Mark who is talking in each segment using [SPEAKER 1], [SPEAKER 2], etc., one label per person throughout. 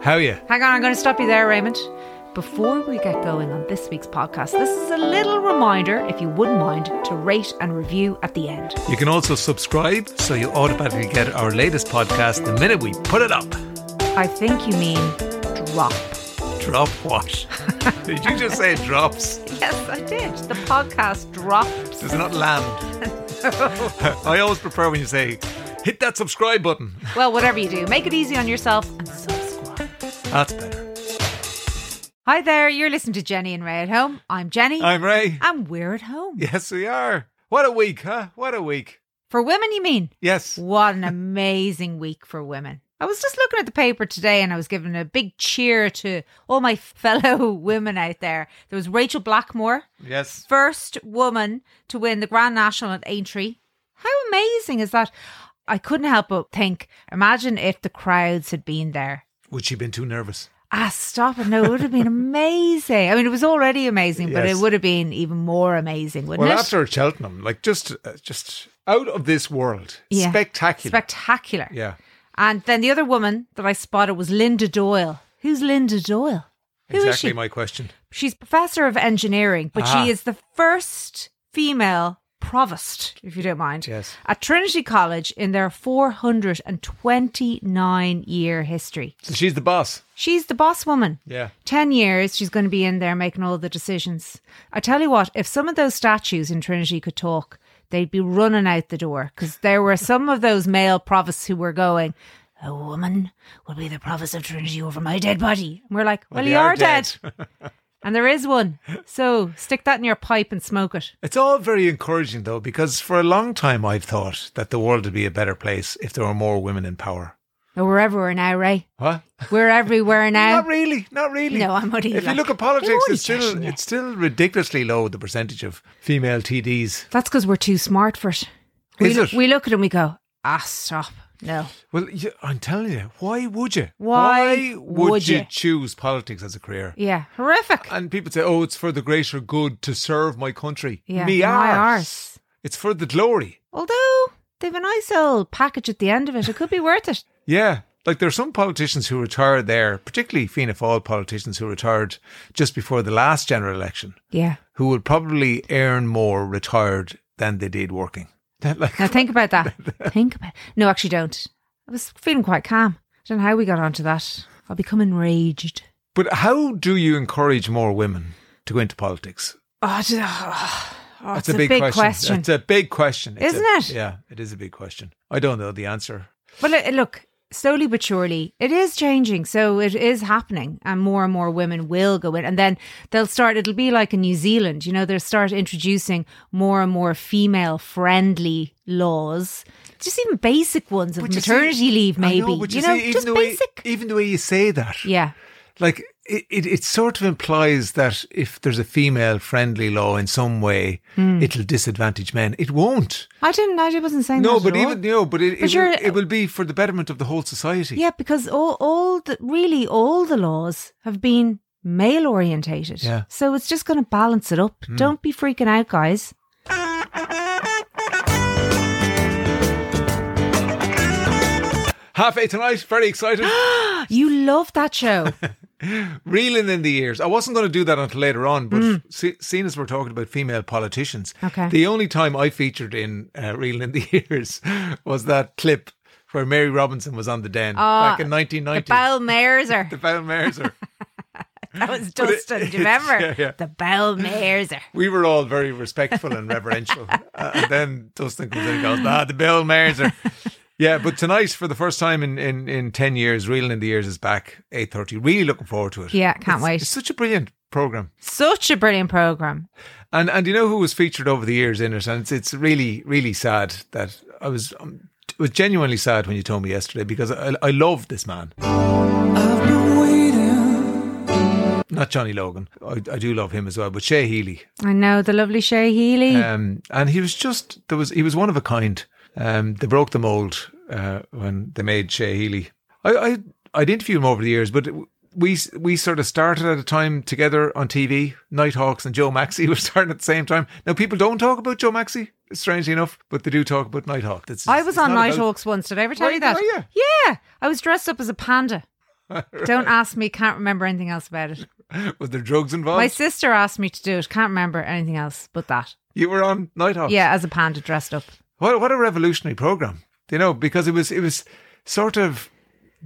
[SPEAKER 1] How are you?
[SPEAKER 2] Hang on, I'm going to stop you there, Raymond. Before we get going on this week's podcast, this is a little reminder, if you wouldn't mind, to rate and review at the end.
[SPEAKER 1] You can also subscribe so you'll automatically get our latest podcast the minute we put it up.
[SPEAKER 2] I think you mean drop.
[SPEAKER 1] Drop what? Did you just say drops?
[SPEAKER 2] Yes, I did. The podcast drops.
[SPEAKER 1] Does not land. I always prefer when you say, hit that subscribe button.
[SPEAKER 2] Well, whatever you do, make it easy on yourself and subscribe.
[SPEAKER 1] That's better.
[SPEAKER 2] Hi there, you're listening to Jenny and Ray at Home. I'm Jenny.
[SPEAKER 1] I'm Ray.
[SPEAKER 2] and we're at home.
[SPEAKER 1] Yes, we are. What a week, huh? What a week.
[SPEAKER 2] For women, you mean?
[SPEAKER 1] Yes.
[SPEAKER 2] What an amazing week for women. I was just looking at the paper today and I was giving a big cheer to all my fellow women out there. There was Rachel Blackmore,
[SPEAKER 1] Yes.
[SPEAKER 2] first woman to win the Grand National at Aintree. How amazing is that? I couldn't help but think, imagine if the crowds had been there.
[SPEAKER 1] Would she have been too nervous?
[SPEAKER 2] Ah, stop it. No, it would have been amazing. I mean, it was already amazing, but
[SPEAKER 1] Yes.
[SPEAKER 2] it would have been even more amazing, wouldn't
[SPEAKER 1] Well,
[SPEAKER 2] it?
[SPEAKER 1] after Cheltenham, like just uh, just out of this world.
[SPEAKER 2] Yeah.
[SPEAKER 1] Spectacular.
[SPEAKER 2] Spectacular.
[SPEAKER 1] yeah.
[SPEAKER 2] And then the other woman that I spotted was Linda Doyle. Who's Linda Doyle? Who is
[SPEAKER 1] exactly
[SPEAKER 2] she?
[SPEAKER 1] my question.
[SPEAKER 2] She's professor of engineering, but
[SPEAKER 1] Ah.
[SPEAKER 2] she is the first female provost, if you don't mind,
[SPEAKER 1] Yes.
[SPEAKER 2] at Trinity College in their 429 year history.
[SPEAKER 1] So she's the boss.
[SPEAKER 2] She's the boss woman.
[SPEAKER 1] Yeah.
[SPEAKER 2] 10 years, she's going to be in there making all the decisions. I tell you what, if some of those statues in Trinity could talk, they'd be running out the door because there were some of those male provosts who were going, A woman will be the provost of Trinity over my dead body. And we're like, Well,
[SPEAKER 1] they
[SPEAKER 2] you
[SPEAKER 1] are
[SPEAKER 2] are dead. and there is one. So stick that in your pipe and smoke it.
[SPEAKER 1] It's all very encouraging though, because for a long time I've thought that the world would be a better place if there were more women in power.
[SPEAKER 2] And we're everywhere now, Ray.
[SPEAKER 1] What?
[SPEAKER 2] We're everywhere now.
[SPEAKER 1] Not really. Not really.
[SPEAKER 2] No, I'm only
[SPEAKER 1] If
[SPEAKER 2] like-
[SPEAKER 1] you look at
[SPEAKER 2] They're
[SPEAKER 1] politics,
[SPEAKER 2] only
[SPEAKER 1] it's still
[SPEAKER 2] trashing you.
[SPEAKER 1] it's still ridiculously low the percentage of female TDs.
[SPEAKER 2] That's because we're too smart for it. We,
[SPEAKER 1] Is it?
[SPEAKER 2] we look at it and we go, Ah, stop. No.
[SPEAKER 1] Well, you, I'm telling you, why would you?
[SPEAKER 2] Why
[SPEAKER 1] would,
[SPEAKER 2] would
[SPEAKER 1] you,
[SPEAKER 2] you?
[SPEAKER 1] choose politics as a career?
[SPEAKER 2] Yeah. Horrific.
[SPEAKER 1] And people say, "Oh, it's for the greater good to serve my country."
[SPEAKER 2] Yeah,
[SPEAKER 1] me
[SPEAKER 2] my
[SPEAKER 1] arse.
[SPEAKER 2] arse.
[SPEAKER 1] It's for the glory.
[SPEAKER 2] Although they've a nice old package at the end of it, it could be worth it.
[SPEAKER 1] Yeah. Like there are some politicians who retired there, particularly Fianna Fáil politicians who retired just before the last general election,
[SPEAKER 2] Yeah.
[SPEAKER 1] who would probably earn more retired than they did working. That like
[SPEAKER 2] Now think about that. think about. No, actually, don't. I was feeling quite calm. I don't know how we got onto that. I'll become enraged.
[SPEAKER 1] But how do you encourage more women to go into politics?
[SPEAKER 2] Oh, I don't- oh, oh, it's a, big, question.
[SPEAKER 1] It's a big question, It's
[SPEAKER 2] Isn't
[SPEAKER 1] a-
[SPEAKER 2] it?
[SPEAKER 1] Yeah, it is a big question. I don't know the answer.
[SPEAKER 2] But li- look, slowly but surely, it is changing. So it is happening, and more and more women will go in, and then they'll start. It'll be like in New Zealand, you know, they'll start introducing more and more female-friendly laws, just even basic ones of
[SPEAKER 1] But you see-
[SPEAKER 2] maternity leave,
[SPEAKER 1] I
[SPEAKER 2] maybe.
[SPEAKER 1] know, but
[SPEAKER 2] you know,
[SPEAKER 1] see, even
[SPEAKER 2] just
[SPEAKER 1] the way-
[SPEAKER 2] basic.
[SPEAKER 1] even the way you say that,
[SPEAKER 2] yeah,
[SPEAKER 1] like it, it, it sort of implies that if there's a female-friendly law in some way,
[SPEAKER 2] Hmm.
[SPEAKER 1] it'll disadvantage men. It won't.
[SPEAKER 2] I didn't. I wasn't saying
[SPEAKER 1] No,
[SPEAKER 2] that
[SPEAKER 1] but
[SPEAKER 2] at all.
[SPEAKER 1] even no, but it,
[SPEAKER 2] But
[SPEAKER 1] it, will,
[SPEAKER 2] you're-
[SPEAKER 1] it will be for the betterment of the whole society.
[SPEAKER 2] yeah, because all all the really all the laws have been male orientated.
[SPEAKER 1] Yeah. Hmm.
[SPEAKER 2] So it's just going to balance it up. Don't be freaking out, guys.
[SPEAKER 1] Half eight tonight. Very excited.
[SPEAKER 2] You love that show.
[SPEAKER 1] reeling in the ears. I wasn't going to do that until later on, but se- seeing as we're talking about female politicians,
[SPEAKER 2] Hmm. Okay.
[SPEAKER 1] the only time I featured in uh, reeling in the ears was that clip where Mary Robinson was on the den
[SPEAKER 2] Ah,
[SPEAKER 1] back in
[SPEAKER 2] The
[SPEAKER 1] 1990.
[SPEAKER 2] Bell Mayorser.
[SPEAKER 1] The Bell Mercer.
[SPEAKER 2] That was
[SPEAKER 1] But it-
[SPEAKER 2] Dustin. Do you remember?
[SPEAKER 1] Yeah, yeah.
[SPEAKER 2] The Bell Mayorser.
[SPEAKER 1] We were all very respectful and reverential. Uh, and then Dustin comes in and goes, ah, the Bell Mercer. Yeah, but tonight, for the first time in, in, in 10 years, Reeling in the Ears is back, 8.30. Really looking forward to it.
[SPEAKER 2] Yeah, can't
[SPEAKER 1] It's-
[SPEAKER 2] wait.
[SPEAKER 1] It's such a brilliant programme.
[SPEAKER 2] Such a brilliant program.
[SPEAKER 1] And and you know who was featured over the years in it, and it's it's really really sad that I was um, it was genuinely sad when you told me yesterday because I I love this man. Not Johnny Logan. I, I do love him as well, but Shea Healy.
[SPEAKER 2] I know the lovely Shay Healy.
[SPEAKER 1] Um, and he was just there was he was one of a kind. Um, they broke the mold uh, when they made Shea Healy. I, I I'd interviewed him over the years, but. we we sort of started at a time together on TV. Nighthawks and Joe Maxey were starting at the same time. Now people don't talk about Joe Maxey, strangely enough, but they do talk about Nighthawk. That's
[SPEAKER 2] I was
[SPEAKER 1] it's
[SPEAKER 2] on
[SPEAKER 1] not about-
[SPEAKER 2] Nighthawks once. Did I ever tell
[SPEAKER 1] Were
[SPEAKER 2] you
[SPEAKER 1] you-
[SPEAKER 2] that?
[SPEAKER 1] were you?
[SPEAKER 2] Yeah. I was dressed up as a panda. Don't ask me, can't remember anything else about it.
[SPEAKER 1] Was there drugs involved?
[SPEAKER 2] My sister asked me to do it, can't remember anything else but that.
[SPEAKER 1] you were on Night Hawks.
[SPEAKER 2] Yeah, as a panda dressed up.
[SPEAKER 1] What what a revolutionary program. You know, because it was it was sort of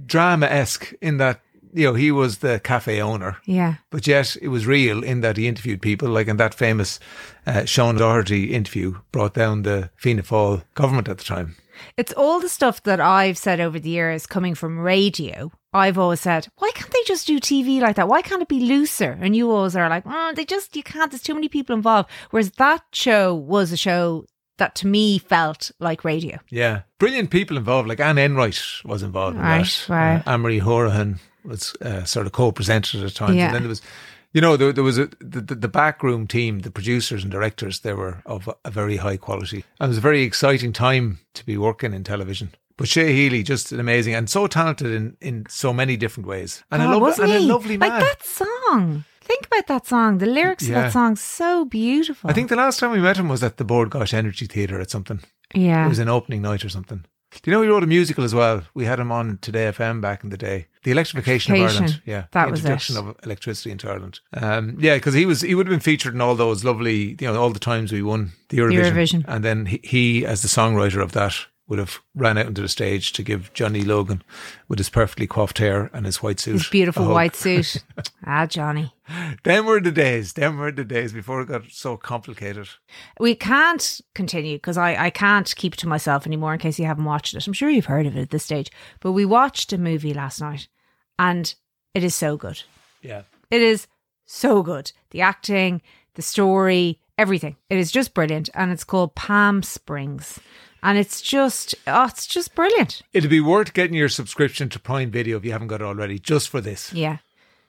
[SPEAKER 1] drama esque in that you know he was the cafe owner,
[SPEAKER 2] Yeah.
[SPEAKER 1] but yet it was real in that he interviewed people, like in that famous uh, Sean Doherty interview, brought down the Fianna Fáil government at the time.
[SPEAKER 2] It's all the stuff that I've said over the years coming from radio. I've always said, why can't they just do TV like that? Why can't it be looser? And you always are like, mm, they just, you can't, there's too many people involved. Whereas that show was a show that to me felt like radio.
[SPEAKER 1] Yeah, brilliant people involved. Like Anne Enright was involved in
[SPEAKER 2] Right,
[SPEAKER 1] that.
[SPEAKER 2] right.
[SPEAKER 1] Uh, Anne-Marie Horahan was uh, sort of co-presented at times,
[SPEAKER 2] Yeah.
[SPEAKER 1] and then there was, you know, there, there was a, the the the backroom team, the producers and directors. They were of a, a very high quality, and it was a very exciting time to be working in television. But Shea Healy, just an amazing and so talented in, in so many different ways, and
[SPEAKER 2] God,
[SPEAKER 1] a lovely
[SPEAKER 2] wasn't
[SPEAKER 1] and a
[SPEAKER 2] he?
[SPEAKER 1] lovely man.
[SPEAKER 2] Like that song. Think about that song. The lyrics of
[SPEAKER 1] Yeah.
[SPEAKER 2] that song's so beautiful.
[SPEAKER 1] I think the last time we met him was at the Board Gosh Energy Theatre at something. It
[SPEAKER 2] Yeah.
[SPEAKER 1] was an opening night or something. Do you know he wrote a musical as well? We had him on Today FM back in the day. The electrification of
[SPEAKER 2] Electrification.
[SPEAKER 1] Ireland. Yeah.
[SPEAKER 2] That
[SPEAKER 1] the
[SPEAKER 2] was it.
[SPEAKER 1] introduction of electricity into Ireland. Um, yeah, because he was he would have been featured in all those lovely, you know, all the times we won the Eurovision.
[SPEAKER 2] Eurovision.
[SPEAKER 1] And then he, he, as the songwriter of that, would have ran out onto the stage to give Johnny Logan, with his perfectly coiffed hair and his white suit,
[SPEAKER 2] His beautiful
[SPEAKER 1] a hug.
[SPEAKER 2] white suit. ah, Johnny.
[SPEAKER 1] Them were the days. Them were the days before it got so complicated.
[SPEAKER 2] We can't continue because I, I can't keep it to myself anymore in case you haven't watched it. I'm sure you've heard of it at this stage, but we watched a movie last night and it is so good.
[SPEAKER 1] Yeah.
[SPEAKER 2] It is so good. The acting, the story, everything. It is just brilliant. And it's called Palm Springs. And it's just, oh, it's just brilliant.
[SPEAKER 1] It'd be worth getting your subscription to Prime Video if you haven't got it already, just for this.
[SPEAKER 2] Yeah.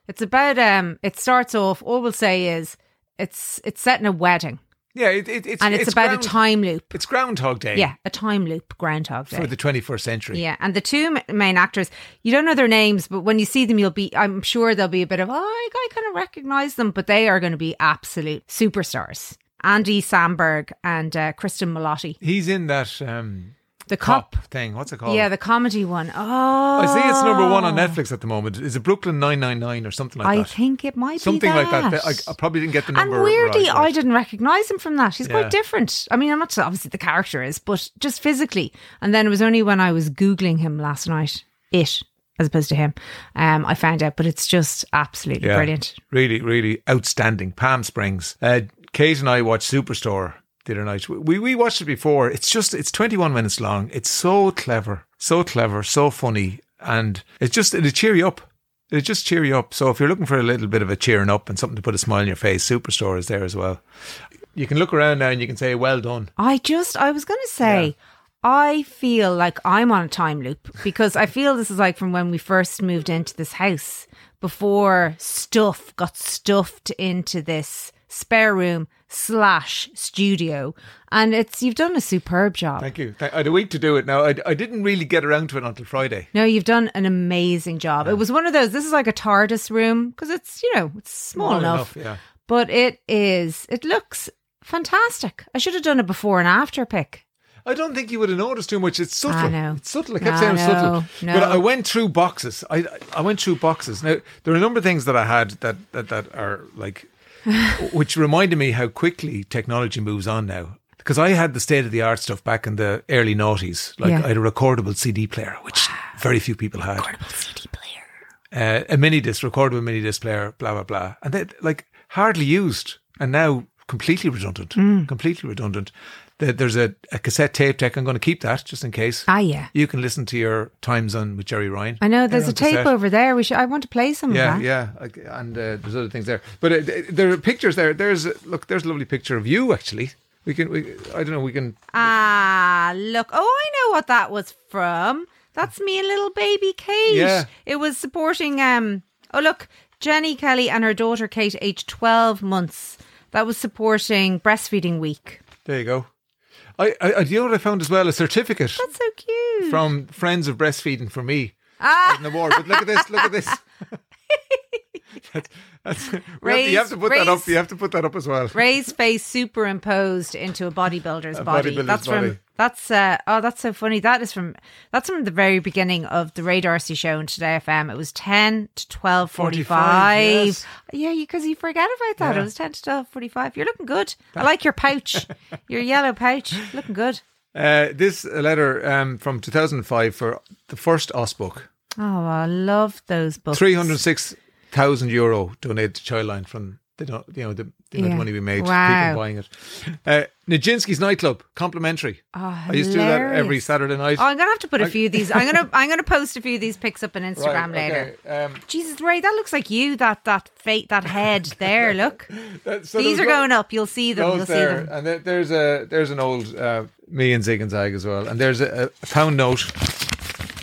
[SPEAKER 2] It's about, um, it starts off, all we'll say is it's, it's set in a wedding
[SPEAKER 1] Yeah, it, it, it's
[SPEAKER 2] and it's, about
[SPEAKER 1] ground,
[SPEAKER 2] a time loop.
[SPEAKER 1] It's Groundhog Day.
[SPEAKER 2] Yeah. A time loop, Groundhog Day.
[SPEAKER 1] for the 21st century.
[SPEAKER 2] Yeah, and the two m- main actors, you don't know their names, but when you see them, you'll be, I'm sure there'll be a bit of, oh, I, I kind of recognize them, but they are going to be absolute superstars. Andy Samberg and uh, Kristen Malotti.
[SPEAKER 1] He's in that um,
[SPEAKER 2] The
[SPEAKER 1] cop.
[SPEAKER 2] cop.
[SPEAKER 1] thing. What's it called?
[SPEAKER 2] Yeah, the comedy one. Oh.
[SPEAKER 1] I see it's number one on Netflix at the moment. Is it Brooklyn 999 or something like
[SPEAKER 2] Oh, I
[SPEAKER 1] that?
[SPEAKER 2] think it might
[SPEAKER 1] something
[SPEAKER 2] be
[SPEAKER 1] like
[SPEAKER 2] that.
[SPEAKER 1] that. that- I, I probably didn't get the
[SPEAKER 2] and
[SPEAKER 1] number
[SPEAKER 2] weirdly,
[SPEAKER 1] right,
[SPEAKER 2] I
[SPEAKER 1] right.
[SPEAKER 2] didn't recognize him from that. He's
[SPEAKER 1] Yeah.
[SPEAKER 2] quite different. I mean, I'm not sure- obviously the character is, but just physically. And then it was only when I was googling him last night, it as opposed to him, um, I found out. But it's just absolutely
[SPEAKER 1] Yeah.
[SPEAKER 2] brilliant.
[SPEAKER 1] Really, really outstanding. Palm Springs. Uh, Kate and I watched Superstore the other night. We, we watched it before. It's just, it's 21 minutes long. It's so clever, so clever, so funny. And it's just, it'll cheer you up. It'll just cheer you up. So if you're looking for a little bit of a cheering up and something to put a smile on your face, Superstore is there as well. You can look around now and you can say, well done.
[SPEAKER 2] I just, I was going to say, I feel like I'm on a time loop because I feel this is like from when we first moved into this house before stuff got stuffed into this spare room slash studio. And it's, you've done a superb job.
[SPEAKER 1] Thank you. Th- I had a week to do it now. I, I didn't really get around to it until Friday.
[SPEAKER 2] no, you've done an amazing job. It was one of those. This is like a TARDIS room because it's you know it's small,
[SPEAKER 1] Small
[SPEAKER 2] enough,
[SPEAKER 1] enough, yeah.
[SPEAKER 2] but it is. It looks fantastic. I should have done a before and after pick.
[SPEAKER 1] I don't think you would have noticed too much. It's subtle.
[SPEAKER 2] I know.
[SPEAKER 1] It's subtle. I
[SPEAKER 2] No,
[SPEAKER 1] kept saying
[SPEAKER 2] no,
[SPEAKER 1] subtle.
[SPEAKER 2] no.
[SPEAKER 1] But I went through boxes. I I went through boxes. Now there are a number of things that I had that that, that are like which reminded me how quickly technology moves on now. Because I had the state of the art stuff back in the early noughties. Like
[SPEAKER 2] Yeah.
[SPEAKER 1] I had a recordable CD player, which very few people had.
[SPEAKER 2] Portable CD player.
[SPEAKER 1] Uh, a mini disc, recordable mini disc player, blah blah blah, and they like hardly used, and now completely redundant.
[SPEAKER 2] Hmm.
[SPEAKER 1] Completely redundant. There- There's a, a cassette tape deck. I'm going to keep that just in case.
[SPEAKER 2] Ah, yeah.
[SPEAKER 1] You can listen to your Times on with Jerry Ryan.
[SPEAKER 2] I know there's
[SPEAKER 1] They're
[SPEAKER 2] a
[SPEAKER 1] on
[SPEAKER 2] tape
[SPEAKER 1] cassette.
[SPEAKER 2] over there. We should. I want to play some
[SPEAKER 1] Yeah,
[SPEAKER 2] of that.
[SPEAKER 1] yeah, like, and uh, there's other things there, but uh, th- there are pictures there. There's uh, look, there's a lovely picture of you actually. We can, we, I don't know, we can.
[SPEAKER 2] Ah, look. Oh, I know what that was from. That's me and little baby Kate.
[SPEAKER 1] Yeah.
[SPEAKER 2] It was supporting. Um. Oh, look, Jenny Kelly and her daughter Kate, aged twelve months. That was supporting breastfeeding week.
[SPEAKER 1] There you go. I, I, I you know what I found as well a certificate
[SPEAKER 2] That's so cute.
[SPEAKER 1] from Friends of Breastfeeding for me. Ah. An award, but look at this! Look at this! That's, we have- you have to put that
[SPEAKER 2] raise-
[SPEAKER 1] up. You have to put that up as well.
[SPEAKER 2] Ray's face superimposed into a bodybuilder's body.
[SPEAKER 1] bodybuilder's
[SPEAKER 2] that's
[SPEAKER 1] body.
[SPEAKER 2] from that's uh, oh that's so funny. That is from that's from the very beginning of the Ray Darcy show on Today FM. It was ten to twelve forty
[SPEAKER 1] 45,
[SPEAKER 2] five.
[SPEAKER 1] yes.
[SPEAKER 2] Yeah, because you forget about that.
[SPEAKER 1] Yeah.
[SPEAKER 2] It was ten to twelve forty five. You're looking good. I like your pouch, your yellow pouch. Looking good.
[SPEAKER 1] Uh, this letter um, from 2005 for the first OS book.
[SPEAKER 2] Oh, I love those books.
[SPEAKER 1] 306,000 euro donated to Childline from the don- you know the, the amount of
[SPEAKER 2] Yeah.
[SPEAKER 1] money we made
[SPEAKER 2] Wow.
[SPEAKER 1] people buying it. Uh, Nijinsky's nightclub complimentary.
[SPEAKER 2] Oh,
[SPEAKER 1] I used to do that every
[SPEAKER 2] hilarious.
[SPEAKER 1] Saturday night.
[SPEAKER 2] Oh, I'm gonna have to put a few of these. I'm gonna I'm gonna post a few of these pics up on Instagram later.
[SPEAKER 1] Um,
[SPEAKER 2] Jesus, Ray, that looks like you. That that fate, that head there. Look,
[SPEAKER 1] that- so
[SPEAKER 2] these
[SPEAKER 1] there
[SPEAKER 2] are
[SPEAKER 1] was
[SPEAKER 2] going up. You'll see them.
[SPEAKER 1] Those
[SPEAKER 2] You'll
[SPEAKER 1] there,
[SPEAKER 2] see them.
[SPEAKER 1] and there, there's a there's an old uh, me and Zig and Zag as well, and there's a, a pound note,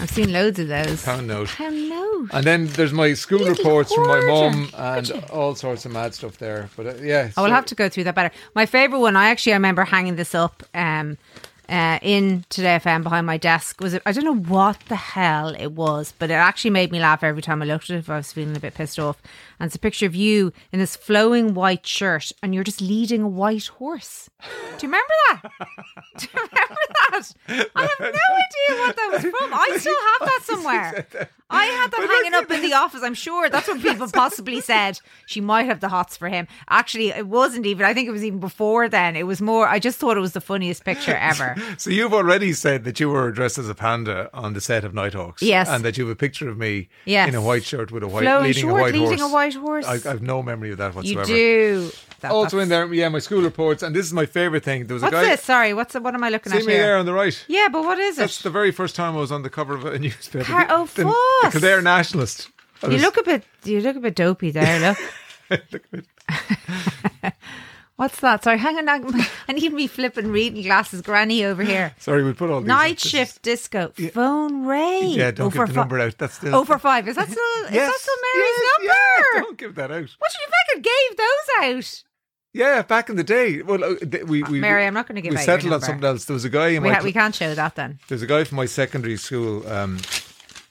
[SPEAKER 2] I've seen loads of those.
[SPEAKER 1] pound note,
[SPEAKER 2] How no?
[SPEAKER 1] and then there's my school reports from my
[SPEAKER 2] hoarder.
[SPEAKER 1] mum and all sorts of mad stuff there. But uh, yeah,
[SPEAKER 2] I will have to go through that better. My favorite one, I actually I remember hanging this up um, uh, in Today FM behind my desk. Was it? I don't know what the hell it was, but it actually made me laugh every time I looked at it. If I was feeling a bit pissed off, and it's a picture of you in this flowing white shirt, and you're just leading a white horse. Do you remember that? Do you remember that? I have no idea what that was from. I still have that somewhere. I had that hanging up in the office, I'm sure. That's what people possibly said. She might have the hots for him. Actually, it wasn't even. I think it was even before then. It was more, I just thought it was the funniest picture ever.
[SPEAKER 1] So you've already said that you were dressed as a panda on the set of Nighthawks.
[SPEAKER 2] Yes.
[SPEAKER 1] And that you have a picture of me
[SPEAKER 2] Yes.
[SPEAKER 1] in a white shirt with a white
[SPEAKER 2] Flowing
[SPEAKER 1] leading
[SPEAKER 2] short,
[SPEAKER 1] a white
[SPEAKER 2] leading
[SPEAKER 1] horse.
[SPEAKER 2] a white horse.
[SPEAKER 1] I, I've no memory of that
[SPEAKER 2] you
[SPEAKER 1] whatsoever.
[SPEAKER 2] do. That-
[SPEAKER 1] Also in
[SPEAKER 2] that's-
[SPEAKER 1] there, yeah, my school reports, and this is my favorite thing. There was a
[SPEAKER 2] What's
[SPEAKER 1] guy
[SPEAKER 2] this? Sorry, what's what am I looking
[SPEAKER 1] see
[SPEAKER 2] at
[SPEAKER 1] me
[SPEAKER 2] here?
[SPEAKER 1] there on the right.
[SPEAKER 2] Yeah, but what is
[SPEAKER 1] That's
[SPEAKER 2] it?
[SPEAKER 1] the very first time I was on the cover of a newspaper.
[SPEAKER 2] Car- oh,
[SPEAKER 1] the, the
[SPEAKER 2] fuss.
[SPEAKER 1] Kildare Nationalist. I
[SPEAKER 2] You
[SPEAKER 1] was-
[SPEAKER 2] look a bit. You look a bit dopey there. Look. What's that? Sorry, hang on. I- I need me flipping reading glasses, Granny over here.
[SPEAKER 1] Sorry, we put all these.
[SPEAKER 2] Night
[SPEAKER 1] up. This
[SPEAKER 2] shift disco. Phone Ray.
[SPEAKER 1] is- Yeah, don't
[SPEAKER 2] over
[SPEAKER 1] give the
[SPEAKER 2] fi-
[SPEAKER 1] number out. That's still.
[SPEAKER 2] Over five. Is that still? Is that
[SPEAKER 1] Yes,
[SPEAKER 2] still Mary's
[SPEAKER 1] yes, Yeah,
[SPEAKER 2] number?
[SPEAKER 1] don't give that out.
[SPEAKER 2] what you fucking gave those out?
[SPEAKER 1] Yeah, back in the day. Well, uh, th- we, we
[SPEAKER 2] Mary, I'm not gonna give
[SPEAKER 1] We
[SPEAKER 2] out your
[SPEAKER 1] settled on
[SPEAKER 2] number.
[SPEAKER 1] something else. There was a guy in
[SPEAKER 2] We,
[SPEAKER 1] my
[SPEAKER 2] ha-
[SPEAKER 1] cl-
[SPEAKER 2] we can't show that then.
[SPEAKER 1] There's a guy from my secondary school. Um,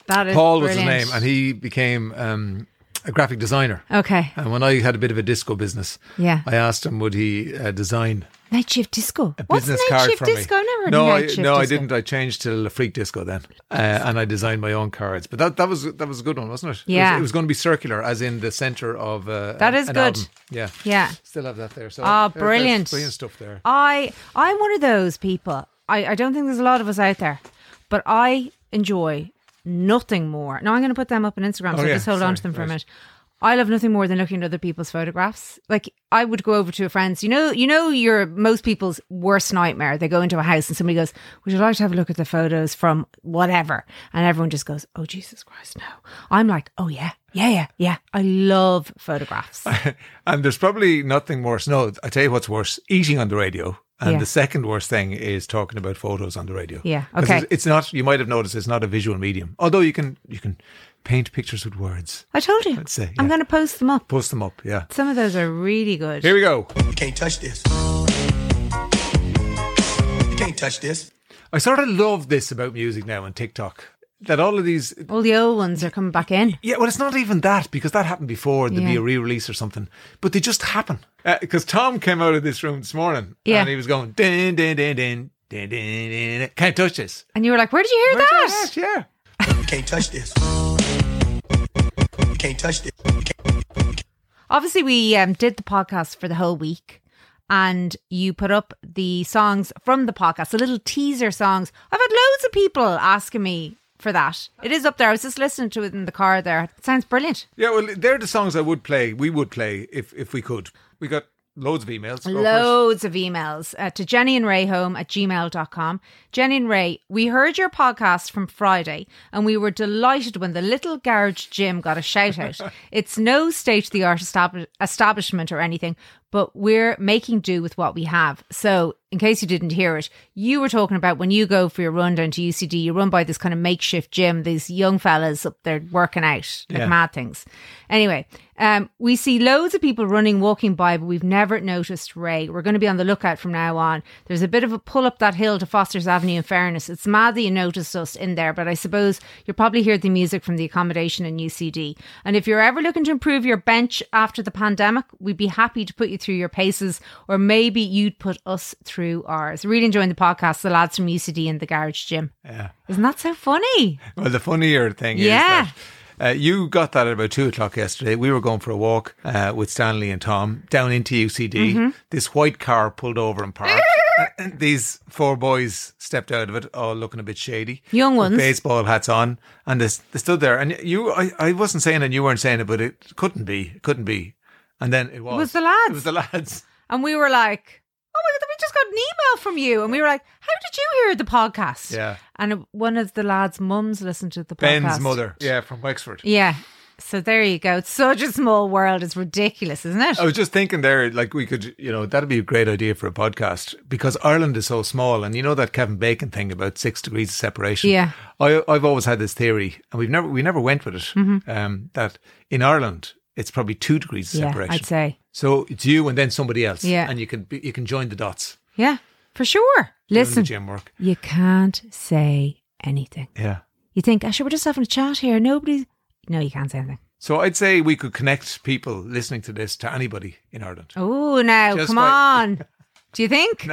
[SPEAKER 2] That is
[SPEAKER 1] Paul was
[SPEAKER 2] brilliant.
[SPEAKER 1] his name, and he became um, a graphic designer.
[SPEAKER 2] okay.
[SPEAKER 1] And when I had a bit of a disco business,
[SPEAKER 2] Yeah.
[SPEAKER 1] I asked him would he uh, design
[SPEAKER 2] Night shift disco.
[SPEAKER 1] a
[SPEAKER 2] What's
[SPEAKER 1] business
[SPEAKER 2] night
[SPEAKER 1] card
[SPEAKER 2] shift
[SPEAKER 1] for
[SPEAKER 2] disco?
[SPEAKER 1] me.
[SPEAKER 2] I never
[SPEAKER 1] no,
[SPEAKER 2] knew
[SPEAKER 1] I,
[SPEAKER 2] night shift
[SPEAKER 1] no, I
[SPEAKER 2] disco.
[SPEAKER 1] didn't. I changed to La Freak Disco then, uh, and I designed my own cards. But that that was that was a good one, wasn't it? it
[SPEAKER 2] Yeah.
[SPEAKER 1] was, it was going to be circular, as in the center of uh,
[SPEAKER 2] That
[SPEAKER 1] an-
[SPEAKER 2] is
[SPEAKER 1] an
[SPEAKER 2] good.
[SPEAKER 1] album. Yeah,
[SPEAKER 2] Yeah.
[SPEAKER 1] still have that there. So there-
[SPEAKER 2] Ah,
[SPEAKER 1] there's
[SPEAKER 2] brilliant.
[SPEAKER 1] brilliant stuff there.
[SPEAKER 2] I I'm one of those people. I, I don't think there's a lot of us out there, but I enjoy nothing more. Now I'm going to put them up on Instagram, so
[SPEAKER 1] yeah,
[SPEAKER 2] just hold
[SPEAKER 1] sorry,
[SPEAKER 2] on to them for
[SPEAKER 1] right.
[SPEAKER 2] a minute. I love nothing more than looking at other people's photographs. Like I would go over to a friend's. You know, you know, your most people's worst nightmare. They go into a house and somebody goes, "Would you like to have a look at the photos from whatever?" And everyone just goes, "Oh Jesus Christ, no!" I'm like, "Oh yeah, yeah, yeah, yeah." I love photographs.
[SPEAKER 1] And there's probably nothing worse. No, I tell you what's worse: eating on the radio. And
[SPEAKER 2] Yeah.
[SPEAKER 1] the second worst thing is talking about photos on the radio.
[SPEAKER 2] Yeah,
[SPEAKER 1] 'Cause
[SPEAKER 2] okay.
[SPEAKER 1] It's, it's not. You might have noticed it's not a visual medium. Although you can you can paint pictures with words.
[SPEAKER 2] I told you,
[SPEAKER 1] say, yeah.
[SPEAKER 2] I'm going to post them up.
[SPEAKER 1] Post them up. Yeah.
[SPEAKER 2] Some of those are really good.
[SPEAKER 1] Here we go.
[SPEAKER 3] You can't touch this. You can't touch this.
[SPEAKER 1] I sort of love this about music now and TikTok. That all of these.
[SPEAKER 2] All the old ones are coming back in.
[SPEAKER 1] Yeah, well, it's not even that because that happened before. There'd be
[SPEAKER 2] Yeah.
[SPEAKER 1] a re release or something, but they just happen. Because Tom came out of this room this morning
[SPEAKER 2] Yeah.
[SPEAKER 1] and he was going, din, din, din, din, din, din, din, din. can't touch this.
[SPEAKER 2] And you were like, where did you hear that?
[SPEAKER 1] Yes, yeah.
[SPEAKER 3] You can't touch this. You can't touch this. You can't-
[SPEAKER 2] Obviously, we um, did the podcast for the whole week. And you put up the songs from the podcast, the little teaser songs. I've had loads of people asking me for that. It is up there. I was just listening to it in the car there. It sounds brilliant.
[SPEAKER 1] Yeah, well, they're the songs I would play. We would play if if we could. We got loads of emails. Go first.
[SPEAKER 2] loads of emails uh, to jenny and ray home at gmail.com jenny and ray we heard your podcast from friday and we were delighted when the little garage gym got a shout out it's no state-of-the-art estab- establishment or anything but we're making do with what we have so in case you didn't hear it, you were talking about when you go for your run down to UCD, you run by this kind of makeshift gym, these young fellas up there working out like
[SPEAKER 1] Yeah.
[SPEAKER 2] mad things. Anyway, um, we see loads of people running, walking by, but we've never noticed Ray. We're going to be on the lookout from now on. There's a bit of a pull up that hill to Foster's Avenue, in fairness. It's mad that you noticed us in there, but I suppose you'll probably hear the music from the accommodation in UCD. And if you're ever looking to improve your bench after the pandemic, we'd be happy to put you through your paces, or maybe you'd put us through ours. Really enjoying the podcast, the lads from UCD and the garage gym.
[SPEAKER 1] Yeah.
[SPEAKER 2] Isn't that so funny?
[SPEAKER 1] Well, the funnier thing
[SPEAKER 2] Yeah.
[SPEAKER 1] is that uh, you got that at about two o'clock yesterday. We were going for a walk uh, with Stanley and Tom down into UCD.
[SPEAKER 2] Mm-hmm.
[SPEAKER 1] This white car pulled over and parked. And These four boys stepped out of it, all looking a bit shady.
[SPEAKER 2] Young
[SPEAKER 1] with
[SPEAKER 2] ones.
[SPEAKER 1] baseball hats on, and they, they stood there. And you, I, I wasn't saying, and you weren't saying it, but it couldn't be, it couldn't be. And then it was.
[SPEAKER 2] was the lads.
[SPEAKER 1] It was the lads.
[SPEAKER 2] And we were like, oh my God, we just got an email from you. And we were like, how did you hear the podcast?
[SPEAKER 1] Yeah.
[SPEAKER 2] And it- one of the lads' mums listened to the podcast.
[SPEAKER 1] Ben's mother, yeah, from Wexford.
[SPEAKER 2] Yeah. So there you go. It's such a small world. It's ridiculous, isn't it?
[SPEAKER 1] I was just thinking there, like we could, you know, that'd be a great idea for a podcast because Ireland is so small, and you know that Kevin Bacon thing about six degrees of separation.
[SPEAKER 2] Yeah.
[SPEAKER 1] I, I've always had this theory, and we've never we never went with it. Um, that in Ireland it's probably two degrees of
[SPEAKER 2] Mm-hmm. yeah,
[SPEAKER 1] separation.
[SPEAKER 2] I'd say.
[SPEAKER 1] So it's you and then somebody else.
[SPEAKER 2] Yeah.
[SPEAKER 1] and you can be, you can join the dots.
[SPEAKER 2] Yeah, for sure.
[SPEAKER 1] doing the
[SPEAKER 2] Listen,
[SPEAKER 1] gym work.
[SPEAKER 2] you can't say anything.
[SPEAKER 1] Yeah.
[SPEAKER 2] You think, oh, sure, we're just having a chat here. Nobody's. No, you can't say anything.
[SPEAKER 1] So I'd say we could connect people listening to this to anybody in Ireland.
[SPEAKER 2] Oh, now,
[SPEAKER 1] Just
[SPEAKER 2] come
[SPEAKER 1] by-
[SPEAKER 2] on. Do you think?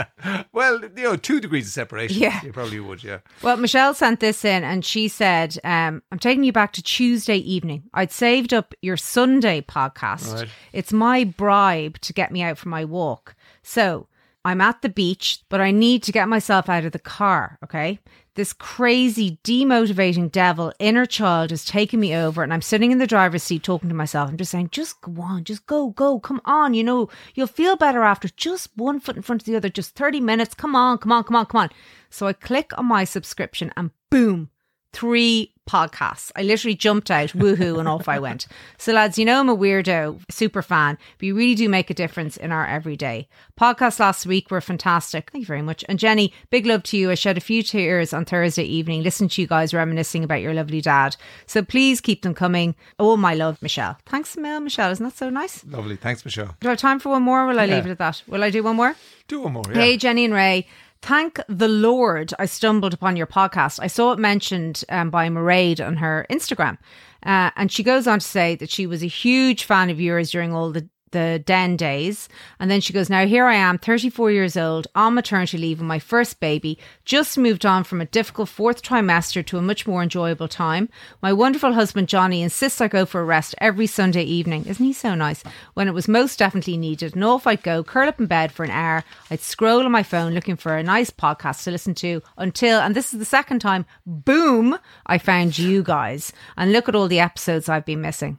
[SPEAKER 1] Well, you know, two degrees of separation.
[SPEAKER 2] Yeah.
[SPEAKER 1] you probably would. Yeah.
[SPEAKER 2] Well, Michelle sent this in and she said, um, I'm taking you back to Tuesday evening. I'd saved up your Sunday podcast.
[SPEAKER 1] Right.
[SPEAKER 2] It's my bribe to get me out for my walk. So I'm at the beach, but I need to get myself out of the car. Okay. This crazy, demotivating devil, inner child is taking me over, and I'm sitting in the driver's seat talking to myself. I'm just saying, just go on, just go, go, come on. You know, you'll feel better after just one foot in front of the other, just 30 minutes. Come on, come on, come on, come on. So I click on my subscription, and boom, three podcasts. I literally jumped out, woohoo, and off I went. So, lads, you know I'm a weirdo, super fan, but you really do make a difference in our everyday. Podcasts last week were fantastic. Thank you very much. And Jenny, big love to you. I shed a few tears on Thursday evening listening to you guys reminiscing about your lovely dad. So please keep them coming. Oh, my love, Michelle. Thanks, Mel, Michelle. Isn't that so nice?
[SPEAKER 1] Lovely. Thanks, Michelle.
[SPEAKER 2] Do I have time for one more? Or will I
[SPEAKER 1] Yeah.
[SPEAKER 2] leave it at that? Will I do one more?
[SPEAKER 1] Do one more. Yeah.
[SPEAKER 2] Hey, Jenny and Ray. Thank the Lord I stumbled upon your podcast. I saw it mentioned um, by Mairead on her Instagram. Uh, and she goes on to say that she was a huge fan of yours during all the, the den days. And then she goes, Now here I am, 34 years old, on maternity leave, and my first baby just moved on from a difficult fourth trimester to a much more enjoyable time. My wonderful husband, Johnny, insists I go for a rest every Sunday evening. Isn't he so nice? When it was most definitely needed. And off I'd go, curl up in bed for an hour. I'd scroll on my phone looking for a nice podcast to listen to until, and this is the second time, boom, I found you guys. And look at all the episodes I've been missing.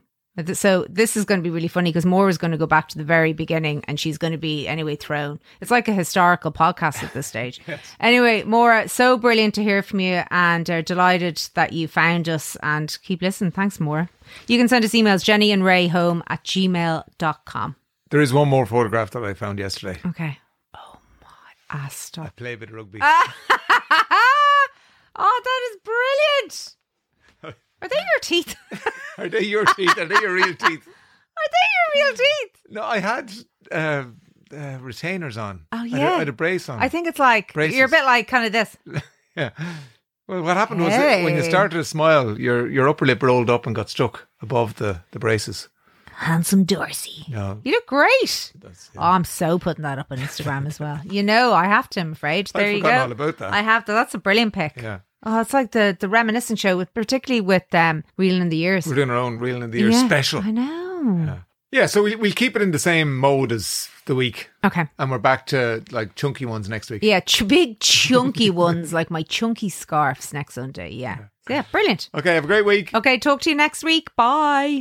[SPEAKER 2] So this is going to be really funny because Maura's going to go back to the very beginning and she's going to be anyway thrown. It's like a historical podcast at this stage. Anyway, Maura, so brilliant to hear from you and uh, delighted that you found us and keep listening. Thanks, Maura. You can send us emails, Jenny and Ray home at gmail.com.
[SPEAKER 1] There is one more photograph that I found yesterday.
[SPEAKER 2] Okay. Oh my ass stop.
[SPEAKER 1] Play a bit of rugby.
[SPEAKER 2] Ah. oh, that is brilliant. Are they your teeth? Are
[SPEAKER 1] Are they your teeth? Are they your real teeth?
[SPEAKER 2] they your real teeth?
[SPEAKER 1] No, I had uh, uh, retainers on.
[SPEAKER 2] Oh,
[SPEAKER 1] I had a- I
[SPEAKER 2] yeah.
[SPEAKER 1] had a brace on.
[SPEAKER 2] I think it's like you're a
[SPEAKER 1] Braces.
[SPEAKER 2] bit like kind of this.
[SPEAKER 1] Yeah. Well, what happened was that when you
[SPEAKER 2] Hey.
[SPEAKER 1] started to smile, your your upper lip rolled up and got stuck above the, the braces.
[SPEAKER 2] handsome Dorsey.
[SPEAKER 1] No,
[SPEAKER 2] You look great.
[SPEAKER 1] that's
[SPEAKER 2] Oh, I'm so putting that up on Instagram as well. You know, I have to. I'm afraid. There you go.
[SPEAKER 1] forgotten all about that.
[SPEAKER 2] I have to. That's a brilliant pick.
[SPEAKER 1] Yeah.
[SPEAKER 2] Oh, it's like the the reminiscent show with particularly with um reeling in the years.
[SPEAKER 1] We're doing our own reeling in the ear
[SPEAKER 2] Yeah,
[SPEAKER 1] special.
[SPEAKER 2] I know.
[SPEAKER 1] Yeah, so we, we'll keep it in the same mode as the week.
[SPEAKER 2] Okay.
[SPEAKER 1] And we're back to like chunky ones next week.
[SPEAKER 2] Yeah, ch- big chunky ones like my chunky scarfs next Sunday. Yeah. Yeah. Brilliant.
[SPEAKER 1] Okay, have a great week.
[SPEAKER 2] Okay. Talk to you next week. Bye.